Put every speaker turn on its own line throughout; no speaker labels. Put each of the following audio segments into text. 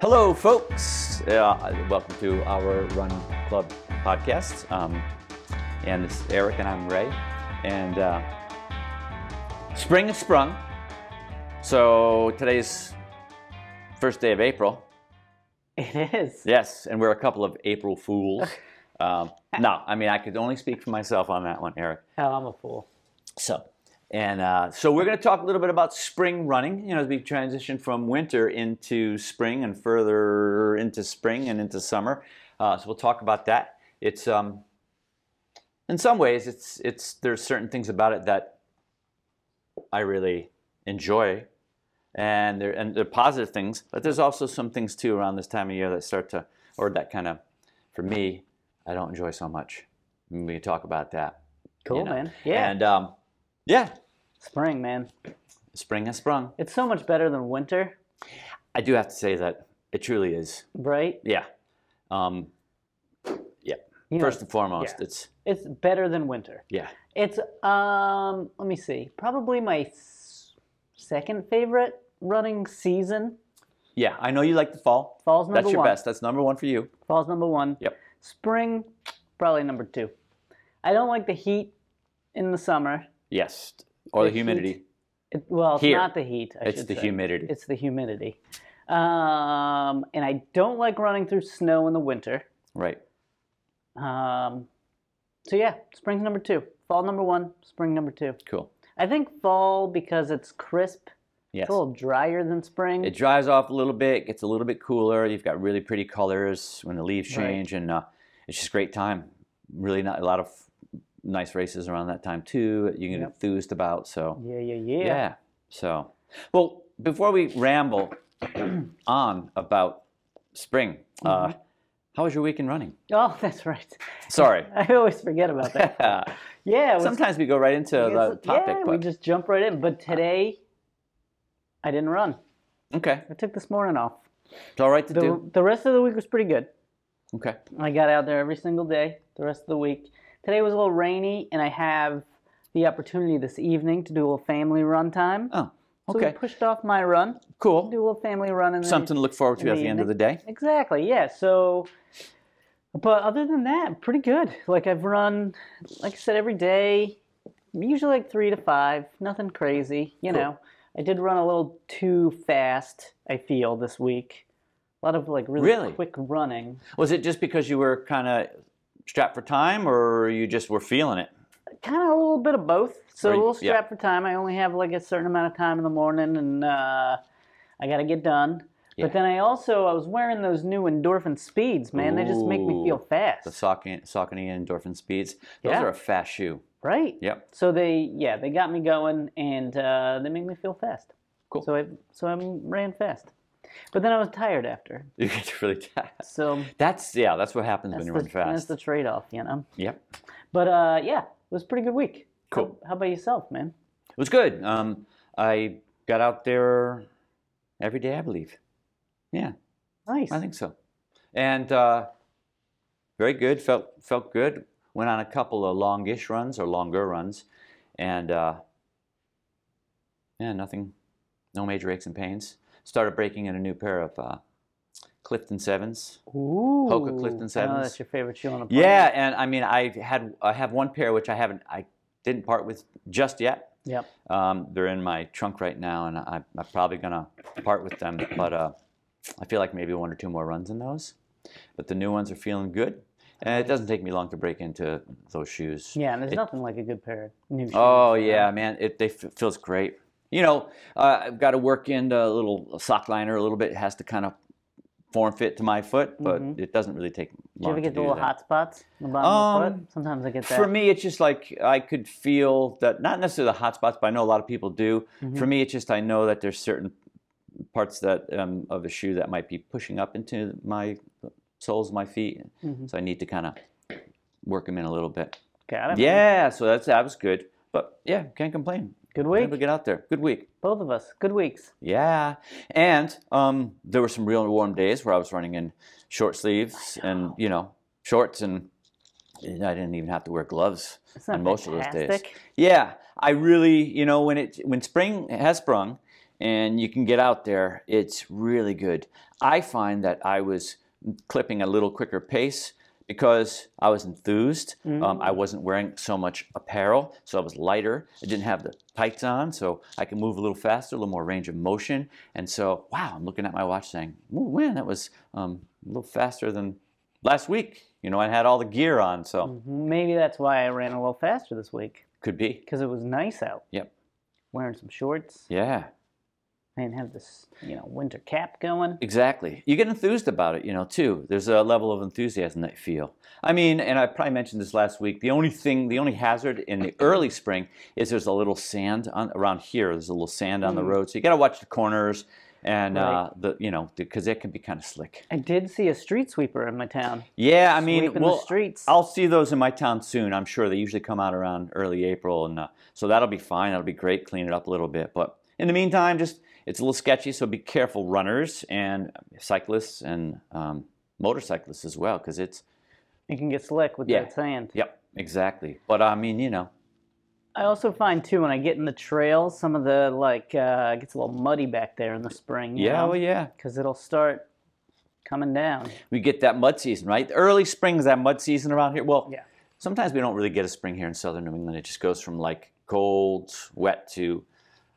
Hello, folks. Uh, welcome to our Run Club podcast. Um, and it's Eric and I'm Ray. And uh, spring has sprung. So today's first day of April.
It is.
Yes, and we're a couple of April fools. um, no, I mean, I could only speak for myself on that one, Eric.
Hell, I'm a fool.
So, and uh, so we're going to talk a little bit about spring running. You know, as we transition from winter into spring and further into spring and into summer. Uh, so we'll talk about that. It's um, in some ways, it's it's there's certain things about it that I really enjoy, and there and they're positive things. But there's also some things too around this time of year that start to or that kind of, for me, I don't enjoy so much. We can talk about that.
Cool,
know,
man. Yeah.
And um, yeah,
Spring, man.
spring has sprung.
It's so much better than winter,
I do have to say that it truly is.
right?
Yeah. Um,
You know,
first and foremost, it's
it's better than winter.
yeah.
It's um, let me see. Probably my s- second favorite running season.
Yeah, I know you like the fall.
Fall's number
That's your
one.
best. That's number one for you.
Fall's number one.
Yep.
Spring, probably number two. I don't like the heat in the summer.
Yes. Or the
The
humidity.
heat, It, well, it's
Here.
not the heat. I
It's
should
the
say.
humidity.
It's the humidity. Um, and I don't like running through snow in the winter.
right.
Um, so yeah, spring's number two. Fall number one, spring number two.
Cool.
I think fall because it's crisp,
Yes.
it's a little drier than spring.
It dries off a little bit, gets a little bit cooler. You've got really pretty colors when the leaves
Right.
change, and uh, it's just a great time. Really, not a lot of nice races around that time too. that You can get
Yep.
enthused about. So
yeah, yeah, yeah,
Yeah. So, well, before we ramble on about spring,
Mm-hmm.
uh, how was your weekend running?
Oh, that's right.
Sorry.
I always forget about that. Yeah, it was-
Sometimes we go right into the
it's-
topic,
yeah, we
but
just jump right in. But today, I didn't run.
okay,
I took this morning off.
it's all right to
The,
do.
the rest of the week was pretty good.
Okay.
I got out there every single day the rest of the week. Today was a little rainy, and I have the opportunity this evening to do a little family run time.
Oh,
So
okay.
we pushed off my run, do
Cool.
a little family run, and then
Something to look forward to
in
at
the
the end of the day.
exactly, yeah. So, but other than that, pretty good. Like I've run, like I said, every day, usually like three to five, nothing crazy, you
Cool.
know. I did run a little too fast. I feel this week, a lot of like really,
Really?
quick running.
Was it just because you were kind of strapped for time, or you just were feeling it?
kind of a little bit of both. So
Are
a
you-
little
yeah.
strapped for time. I only have like a certain amount of time in the morning, and uh, I gotta get done.
Yeah.
But then I also I was wearing those new endorphin speeds, man. They just make me feel
Ooh.
fast,
The Saucony Saucony endorphin speeds. Those
Yeah.
are a fast shoe.
right?
Yep.
So they yeah they got me going, and uh, they make me feel fast.
Cool.
So I so I ran fast, but then I was tired after.
You get really fast.
So
That's yeah. That's what happens when
that's
you
the,
run
that's
fast.
the trade off, you know.
Yep.
But uh, yeah, it was a pretty good week. How-
Cool.
How, about yourself, man?
It was good. Um, I got out there every day, I believe. Yeah,
Nice.
I think so. And uh, very good. Felt felt good. Went on a couple of longish runs or longer runs, and uh, yeah, nothing, no major aches and pains. Started breaking in a new pair of uh, Clifton Sevens.
Ooh.
Clifton
I know
Sevens.
that's your favorite shoe on the planet.
Yeah, and I mean, I had I have one pair which I haven't I didn't part with just yet.
Yep.
Um, they're in my trunk right now, and I, I'm probably gonna part with them. But uh, I feel like maybe one or two more runs in those. But the new ones are feeling good, and it doesn't take me long to break into those shoes.
Yeah, and there's
It-
nothing like a good pair of new shoes.
Oh yeah, man, it they f- feels great. You know, uh, I've got to work in a little sock liner a little bit. It has to kind of form fit to my foot, but
Mhm.
it doesn't really take
Do you
long
ever
to
get the
do
little
that.
hot spots on the bottom of the
Um,
foot? Sometimes I get that.
For me, it's just like I could feel that not necessarily the hot spots, but I know a lot of people do.
Mm-hmm.
For me, it's just I know that there's certain parts that um, of the shoe that might be pushing up into my soles of my feet,
Mm-hmm.
so I need to kind of work them in a little bit.
Got it.
Yeah, so that's that was good, but yeah, can't complain.
Good
We're
week.
able to get out there. Good week.
Both of us. Good weeks.
Yeah, and um, there were some real warm days where I was running in short sleeves and you know shorts, and I didn't even have to wear gloves
It's not
on most of those days.
fantastic.
Yeah, I really, you know, when it when spring has sprung, and you can get out there. It's really good. I find that I was clipping a little quicker pace because I was enthused. Um, I wasn't wearing so much apparel, so I was lighter. I didn't have the tights on, so I can move a little faster, a little more range of motion. And so, wow, I'm looking at my watch saying, Ooh, man, that was um, a little faster than last week. You know, I had all the gear on, so
Mm. Maybe that's why I ran a little faster this week
could be.
because it was nice out.
Yep.
Wearing some shorts.
Yeah.
I didn't have this, you know, winter cap going.
Exactly. You get enthused about it, you know, too. There's a level of enthusiasm that you feel. I mean, and I probably mentioned this last week. The only thing, the only hazard in the early spring is there's a little sand on around here. There's a little sand on the road, so you got to watch the corners and uh, the, you know, because it can be kind of slick.
I did see a street sweeper in my town.
Yeah, I mean,
Sweeping the
well,
streets.
I'll see those in my town soon. I'm sure they usually come out around early April, and uh, so that'll be fine. That'll be great. Clean it up a little bit, but in the meantime, just it's a little sketchy. So be careful, runners and cyclists and um, motorcyclists as well, because it's
You can get slick with
Yeah.
that sand.
yep, exactly. But I mean, you know,
I also find too when I get in the trails, some of the like uh, it gets a little muddy back there in the spring. you
yeah,
know?
well, yeah.
because it'll start coming down.
we get that mud season, right? The early spring is that mud season around here. Well,
Yeah.
sometimes we don't really get a spring here in southern New England. It just goes from like cold, wet to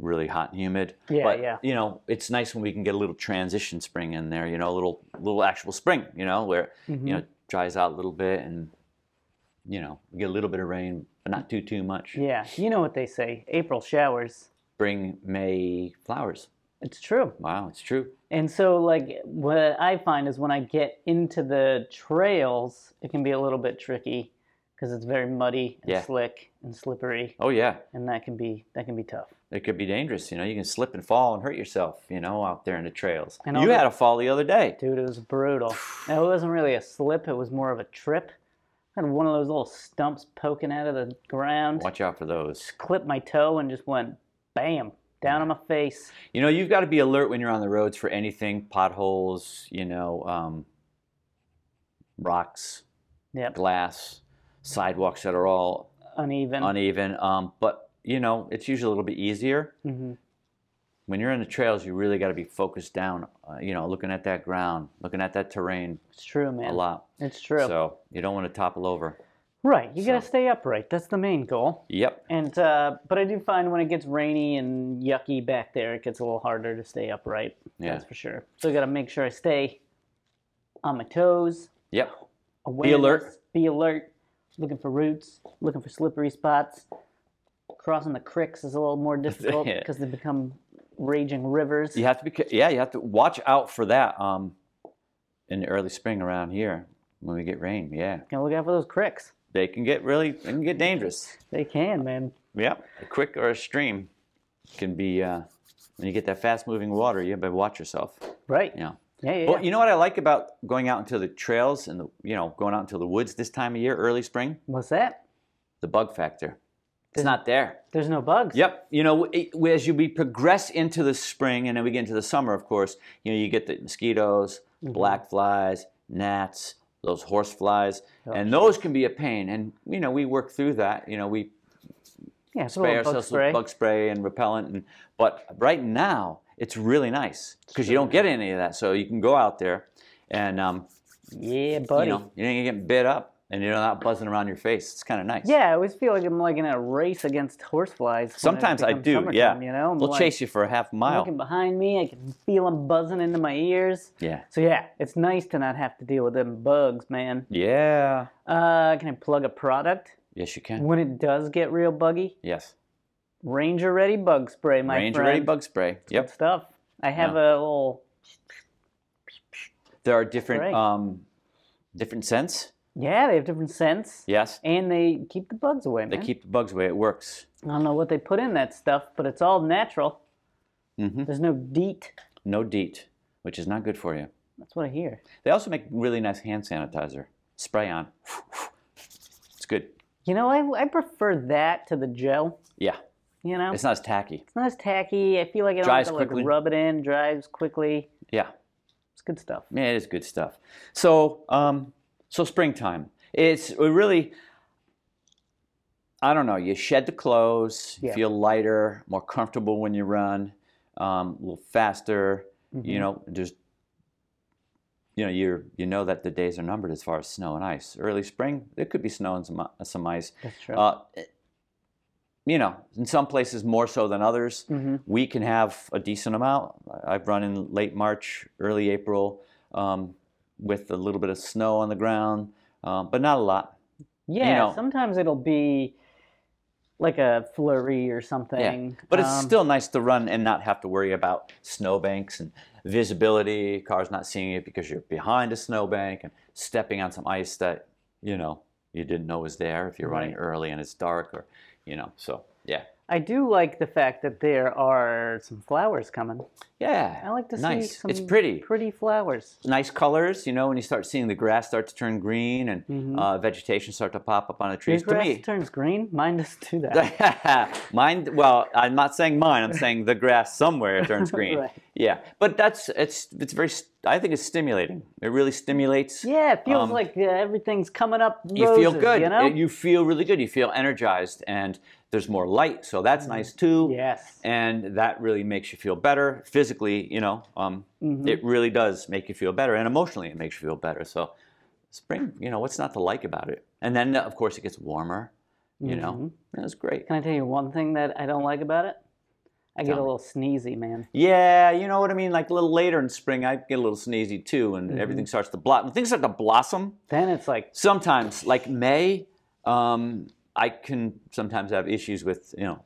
really hot and humid.
Yeah,
but,
yeah.
You know, it's nice when we can get a little transition spring in there. You know, a little little actual spring. You know, where
Mm-hmm.
you know it dries out a little bit and you know we get a little bit of rain, but not too too much.
Yeah, you know what they say: April showers.
Bring May flowers.
It's true.
Wow, it's true.
And so, like, what I find is when I get into the trails, it can be a little bit tricky because it's very muddy and
Yeah.
slick and slippery,
Oh yeah.
and that can be that can be tough.
It could be dangerous, you know. You can slip and fall and hurt yourself, you know, out there in the trails.
And all
you
the-
had a fall the other day.
Dude, it was brutal. Now, it wasn't really a slip; it was more of a trip. I had one of those little stumps poking out of the ground.
Watch out for those.
Clipped my toe and just went bam down on my face.
You know, you've got to be alert when you're on the roads for anything potholes, you know, um, rocks,
Yep,
glass, sidewalks that are all
uneven.
uneven. Um, but, you know, it's usually a little bit easier.
hmm
When you're in the trails, you really got to be focused down, uh, you know, looking at that ground, looking at that terrain
It's true, man.
a lot.
It's true.
So you don't want to topple over.
right, you gotta stay upright. That's the main goal.
Yep.
And uh, but I do find when it gets rainy and yucky back there, it gets a little harder to stay upright.
Yeah.
That's for sure. So I gotta make sure I stay on my toes.
Yep.
Awareness,
alert.
Be alert. Looking for roots. Looking for slippery spots. Crossing the cricks is a little more difficult
Yeah.
because they become raging rivers.
You have to be, ca- yeah, you have to watch out for that um, in the early spring around here when we get rain. Yeah.
Gotta look out for those cricks.
they can get really they can get dangerous.
They can, man.
Yeah, a quick or a stream can be uh, when you get that fast moving water. You better watch yourself.
Right.
You know.
Yeah. Yeah.
But
yeah.
you know what I like about going out into the trails and the you know going out into the woods this time of year, early spring,
What's that?
the bug factor. It's not there.
There's no bugs.
Yep. You know, it, as you be progress into the spring and then we get into the summer, of course, you know, you get the mosquitoes,
Mm-hmm.
black flies, gnats, those horse flies,
Oh,
and those can be a pain. And you know, we work through that. You know, we
Yeah. It's a
spray
little bug
ourselves
spray.
with bug spray and repellent. And, but right now, it's really nice because you don't get any of that. So you can go out there and, um,
Yeah,
you
buddy.
know, you ain't getting bit up and you're not buzzing around your face. It's kind of nice.
Yeah, I always feel like I'm like in a race against horseflies. when it
Sometimes I
becomes
do. Yeah.
summertime, You know, I'm
They'll
like,
chase you for a half mile.
looking behind me. I can feel them buzzing into my ears.
Yeah.
So yeah, it's nice to not have to deal with them bugs, man.
Yeah.
Uh, can I plug a product?
Yes, you can.
When it does get real buggy,
Yes.
Ranger Ready Bug Spray, my
Ranger
friend.
Ready Bug Spray. Yep.
stuff. I have a little.
There are different
Spray.
um, different scents.
Yeah, they have different scents,
Yes.
and they keep the bugs away, man.
They keep the bugs away. It works.
I don't know what they put in that stuff, but it's all natural. There's no DEET.
Mm-hmm. No DEET, which is not good for you.
That's what I hear.
They also make really nice hand sanitizer. Spray on. It's good.
You know, I, I prefer that to the gel.
Yeah.
You know,
It's
it's
not as tacky.
not as tacky. I feel like I don't
Dries
have to like,
quickly.
rub it in. Dries quickly.
Yeah.
It's good stuff.
Yeah, it is good stuff. So, um, so springtime. It's really, I don't know. You shed the clothes, you
Yeah.
feel lighter, more comfortable when you run. um, a little faster. You
Mhm.
know, just you know, you're you know that the days are numbered as far as snow and ice. Early spring, there could be snow and some i- some ice.
That's true.
Uh, you know, in some places more so than others.
Mhm.
We can have a decent amount. I- I've run in late March, early April, um, with a little bit of snow on the ground, um, but not a lot.
yeah,
know-
sometimes it'll be like a flurry or something.
But it's
um,
still nice to run and not have to worry about snowbanks and visibility, cars not seeing it because you're behind a snowbank and stepping on some ice that, you know, you didn't know was there if you're running
Right.
early and it's dark or, you know, so yeah.
I do like the fact that there are some flowers coming.
Yeah.
I like to see
nice. it's
some
pretty.
Pretty flowers.
Nice colors, you know, when you start seeing the grass start to turn green and
Mhm.
uh, vegetation start to pop up on the
Your
trees.
grass
to me,
turns green. Mine does do that.
mine well i'm not saying mine i'm saying the grass somewhere turns green
Right.
yeah but that's it's it's very st- i think it's stimulating it really stimulates
Yeah, it feels
Um,
like uh, everything's coming up.
you feel
roses,
good
You know.
you feel really good you feel energized and there's more light so that's
Mm-hmm.
nice too
yes.
and that really makes you feel better physically you know um, it really does make you feel better and emotionally it makes you feel better so spring you know what's not to like about it and then uh, of course it gets warmer you know that's great
Can I tell you one thing that I don't like about it? I get
Tell
a
me.
little sneezy, man.
Yeah, you know what I mean. Like a little later in spring, I get a little sneezy too, and everything starts to blossom. Things start to blossom.
Then it's like,
Sometimes, like May, um, I can sometimes have issues with you know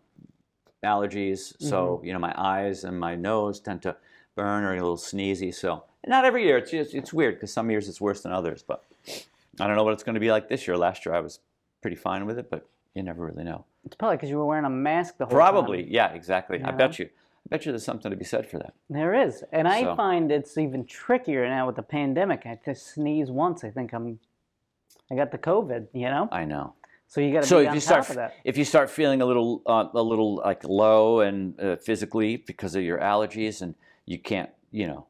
allergies. So you know my eyes and my nose tend to burn or get a little sneezy. So not every year. It's just, it's weird because some years it's worse than others. But I don't know what it's going to be like this year. Last year I was pretty fine with it, but you never really know.
it's probably because you were wearing a mask the whole time.
Probably, yeah, exactly. I bet you. I bet you there's something to be said for that.
There is. And I
So.
find it's even trickier now with the pandemic. I just sneeze once. I think I'm, I got the COVID, you know?
I know.
So you got to
So
be
if
on
you
top
start
of that.
if you start feeling a little uh, a little like low and uh, physically because of your allergies and you can't you know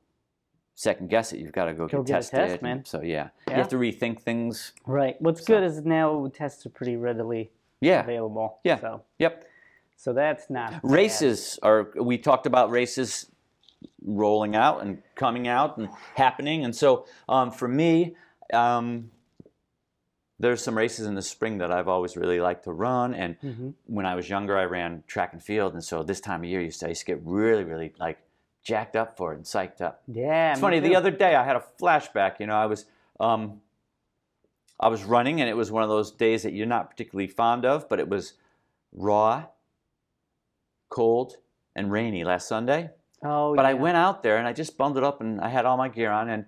second guess it you've got to go,
Go
get
get a test,
tested. and
man.
So yeah. you
Yeah.
have to rethink things.
Right. What's good is now tests are pretty readily
Yeah.
available.
Yeah.
So,
Yep.
so that's not bad.
Races are we talked about races rolling out and coming out and happening and so um, for me um, there's some races in the spring that I've always really liked to run and
Mhm.
when I was younger, I ran track and field, and so this time of year, you used to, I used to get really, really like jacked up for it and psyched up.
Yeah.
It's funny. The other day, I had a flashback. You know, I was, um, I was running, and it was one of those days that you're not particularly fond of, but it was raw, cold, and rainy last Sunday.
Oh,
But I
yeah.
went out there and I just bundled up and I had all my gear on and,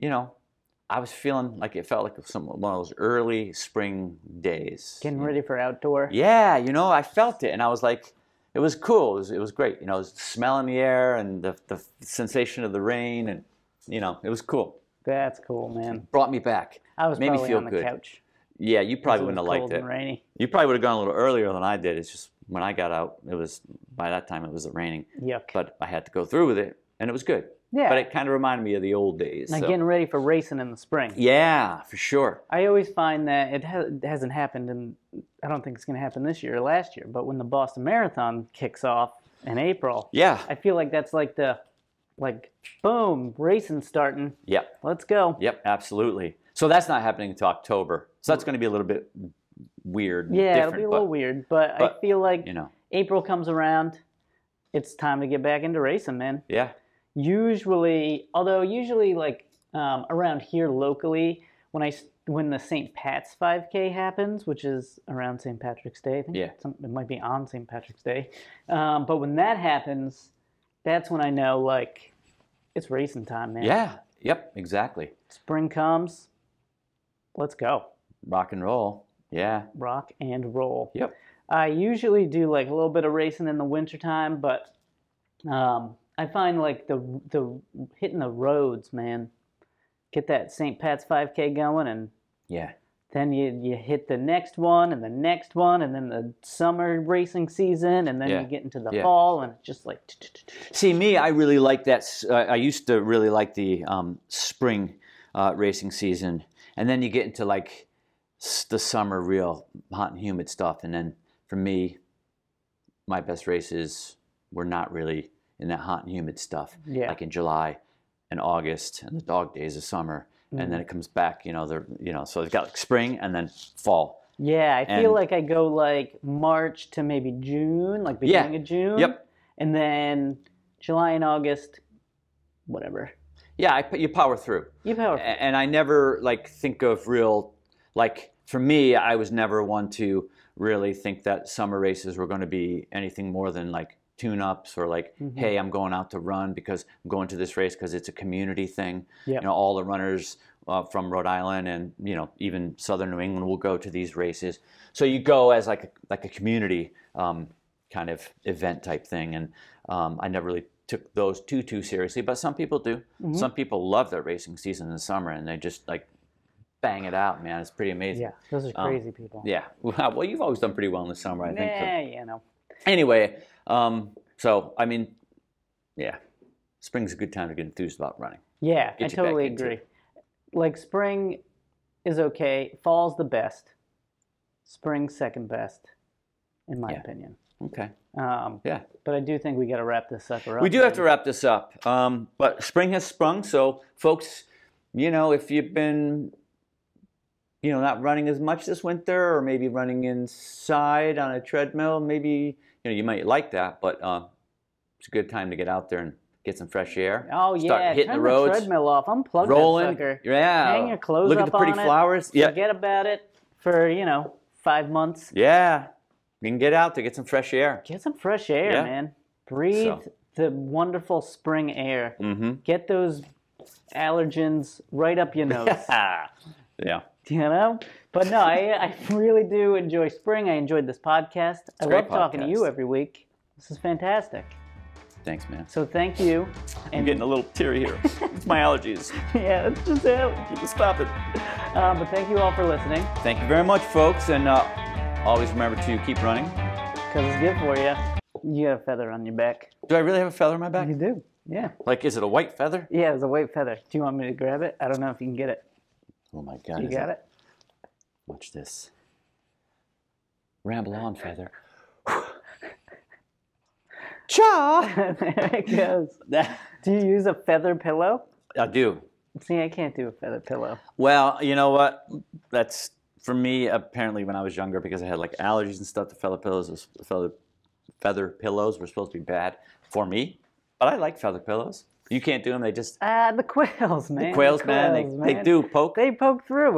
you know, I was feeling like it felt like some one of those early spring days.
Getting
you
ready for outdoor.
yeah, you know, I felt it, and I was like, it was cool. It was, it was great. You know, it was the smell in the air and the, the sensation of the rain, and you know, it was cool.
That's cool, man.
Brought me back.
I was
Made me
probably
feel
on the
good.
couch.
Yeah, you probably
It was
wouldn't have
cold
liked it.
and rainy.
You probably would have gone a little earlier than I did. It's just when I got out, it was by that time it was raining,
Yuck.
but I had to go through with it, and it was good.
yeah.
But it kind of reminded me of the old days.
Now
so-
getting ready for racing in the spring.
yeah, for sure.
I always find that it, ha- it hasn't happened, and I don't think it's going to happen this year or last year. But when the Boston Marathon kicks off in April,
Yeah,
I feel like that's like the, like, boom, racing starting.
yep.
Let's go.
Yep, absolutely. So that's not happening until October. So that's going to be a little bit weird. and
Yeah, it'll
different,
be a
but,
little weird, but, I
but,
feel like
You know,
April comes around, it's time to get back into racing, man.
yeah.
Usually, although usually like um, around here locally, when I s- when the St. Pat's 5K happens, which is around St. Patrick's Day, I think
Yeah.
it's on- it might be on St. Patrick's Day. Um, but when that happens, that's when I know like it's racing time, man.
Yeah. Yep. Exactly.
Spring comes, let's go,
Rock and roll. Yeah.
rock and roll.
Yep.
I usually do like a little bit of racing in the wintertime, but um, I find like the the hitting the roads, man. Get that St. Pat's 5K going, and
Yeah.
then you you hit the next one, and the next one, and then the summer racing season, and then
Yeah.
you get into the
Yeah.
fall, and it's just like
See, me, I really like that. s- Uh, I used to really like the um, spring uh, racing season, and then you get into like s- the summer, real hot and humid stuff. And then for me, my best races were not really in that hot and humid stuff,
Yeah.
like in July and August and the dog days of summer. And
Mm-hmm.
then it comes back, you know, they're, you know, so it's got like spring and then fall.
Yeah, I feel
And-
like I go like March to maybe June, like beginning of June.
Yep.
And then July and August, whatever.
Yeah, I, you power through.
You power.
A- and I never like think of real like for me, I was never one to really think that summer races were going to be anything more than like tune-ups or like hey i'm going out to run because i'm going to this race because it's a community thing
Yep.
you know all the runners uh, from rhode island and you know even southern new england will go to these races so you go as like a, like a community um, kind of event type thing and um, i never really took those too too seriously but some people do some people love their racing season in the summer and they just like bang it out man it's pretty amazing
Yeah, those are crazy people.
Um, yeah. Wow. Well, you've always done pretty well in the summer, I think.
Yeah, you know.
Anyway, um, so I mean, yeah, spring's a good time to get enthused about running.
Yeah, I
Get you back
totally
into
agree. Like spring is okay. Fall's the best. Spring's second best, in my
Yeah.
opinion.
Okay.
Um,
Yeah.
but I do think we got to wrap this sucker up.
We do have to
baby.
wrap this up, um, but spring has sprung. So, folks, you know, if you've been, you know, not running as much this winter, or maybe running inside on a treadmill, maybe you know you might like that, but uh, it's a good time to get out there and get some fresh air.
Oh yeah,
Start hitting
turn
the roads.
treadmill off. Unplug that
rolling.
sucker.
Yeah.
Hang your clothes
Look
up
at the pretty
on it.
flowers. Yeah.
Forget about it for you know five months.
Yeah. You can get out to get some fresh air.
Get some fresh air,
Yeah.
man. Breathe
So.
the wonderful spring air.
Mm-hmm.
Get those allergens right up your nose.
yeah.
you know but no I, I really do enjoy spring i enjoyed this podcast i
a great
love talking to you
podcast.
every week this is fantastic
Thanks, man.
so thank you
I'm getting a little teary here. it's my allergies.
yeah that's just it
Stop it.
uh, but thank you all for listening
Thank you very much, folks, and uh, always remember to keep running.
because it's good for you you got a feather on your back
Do I really have a feather on my back?
you do yeah
Like, is it a white feather?
yeah it's a white feather do you want me to grab it i don't know if you can get it
Oh my God!
you
is
got
it-
it
Watch this. Ramble on, feather. Cha!
there it goes
I
do you use a feather pillow
do.
see i can't do a feather pillow
Well, you know what? That's for me. Apparently, when I was younger, because I had like allergies and stuff, the feather pillows, was, feather, feather pillows were supposed to be bad for me. But I like feather pillows. You can't do them. They just
ah Uh, the quails man the
quails, man, they, They do poke.
they poke through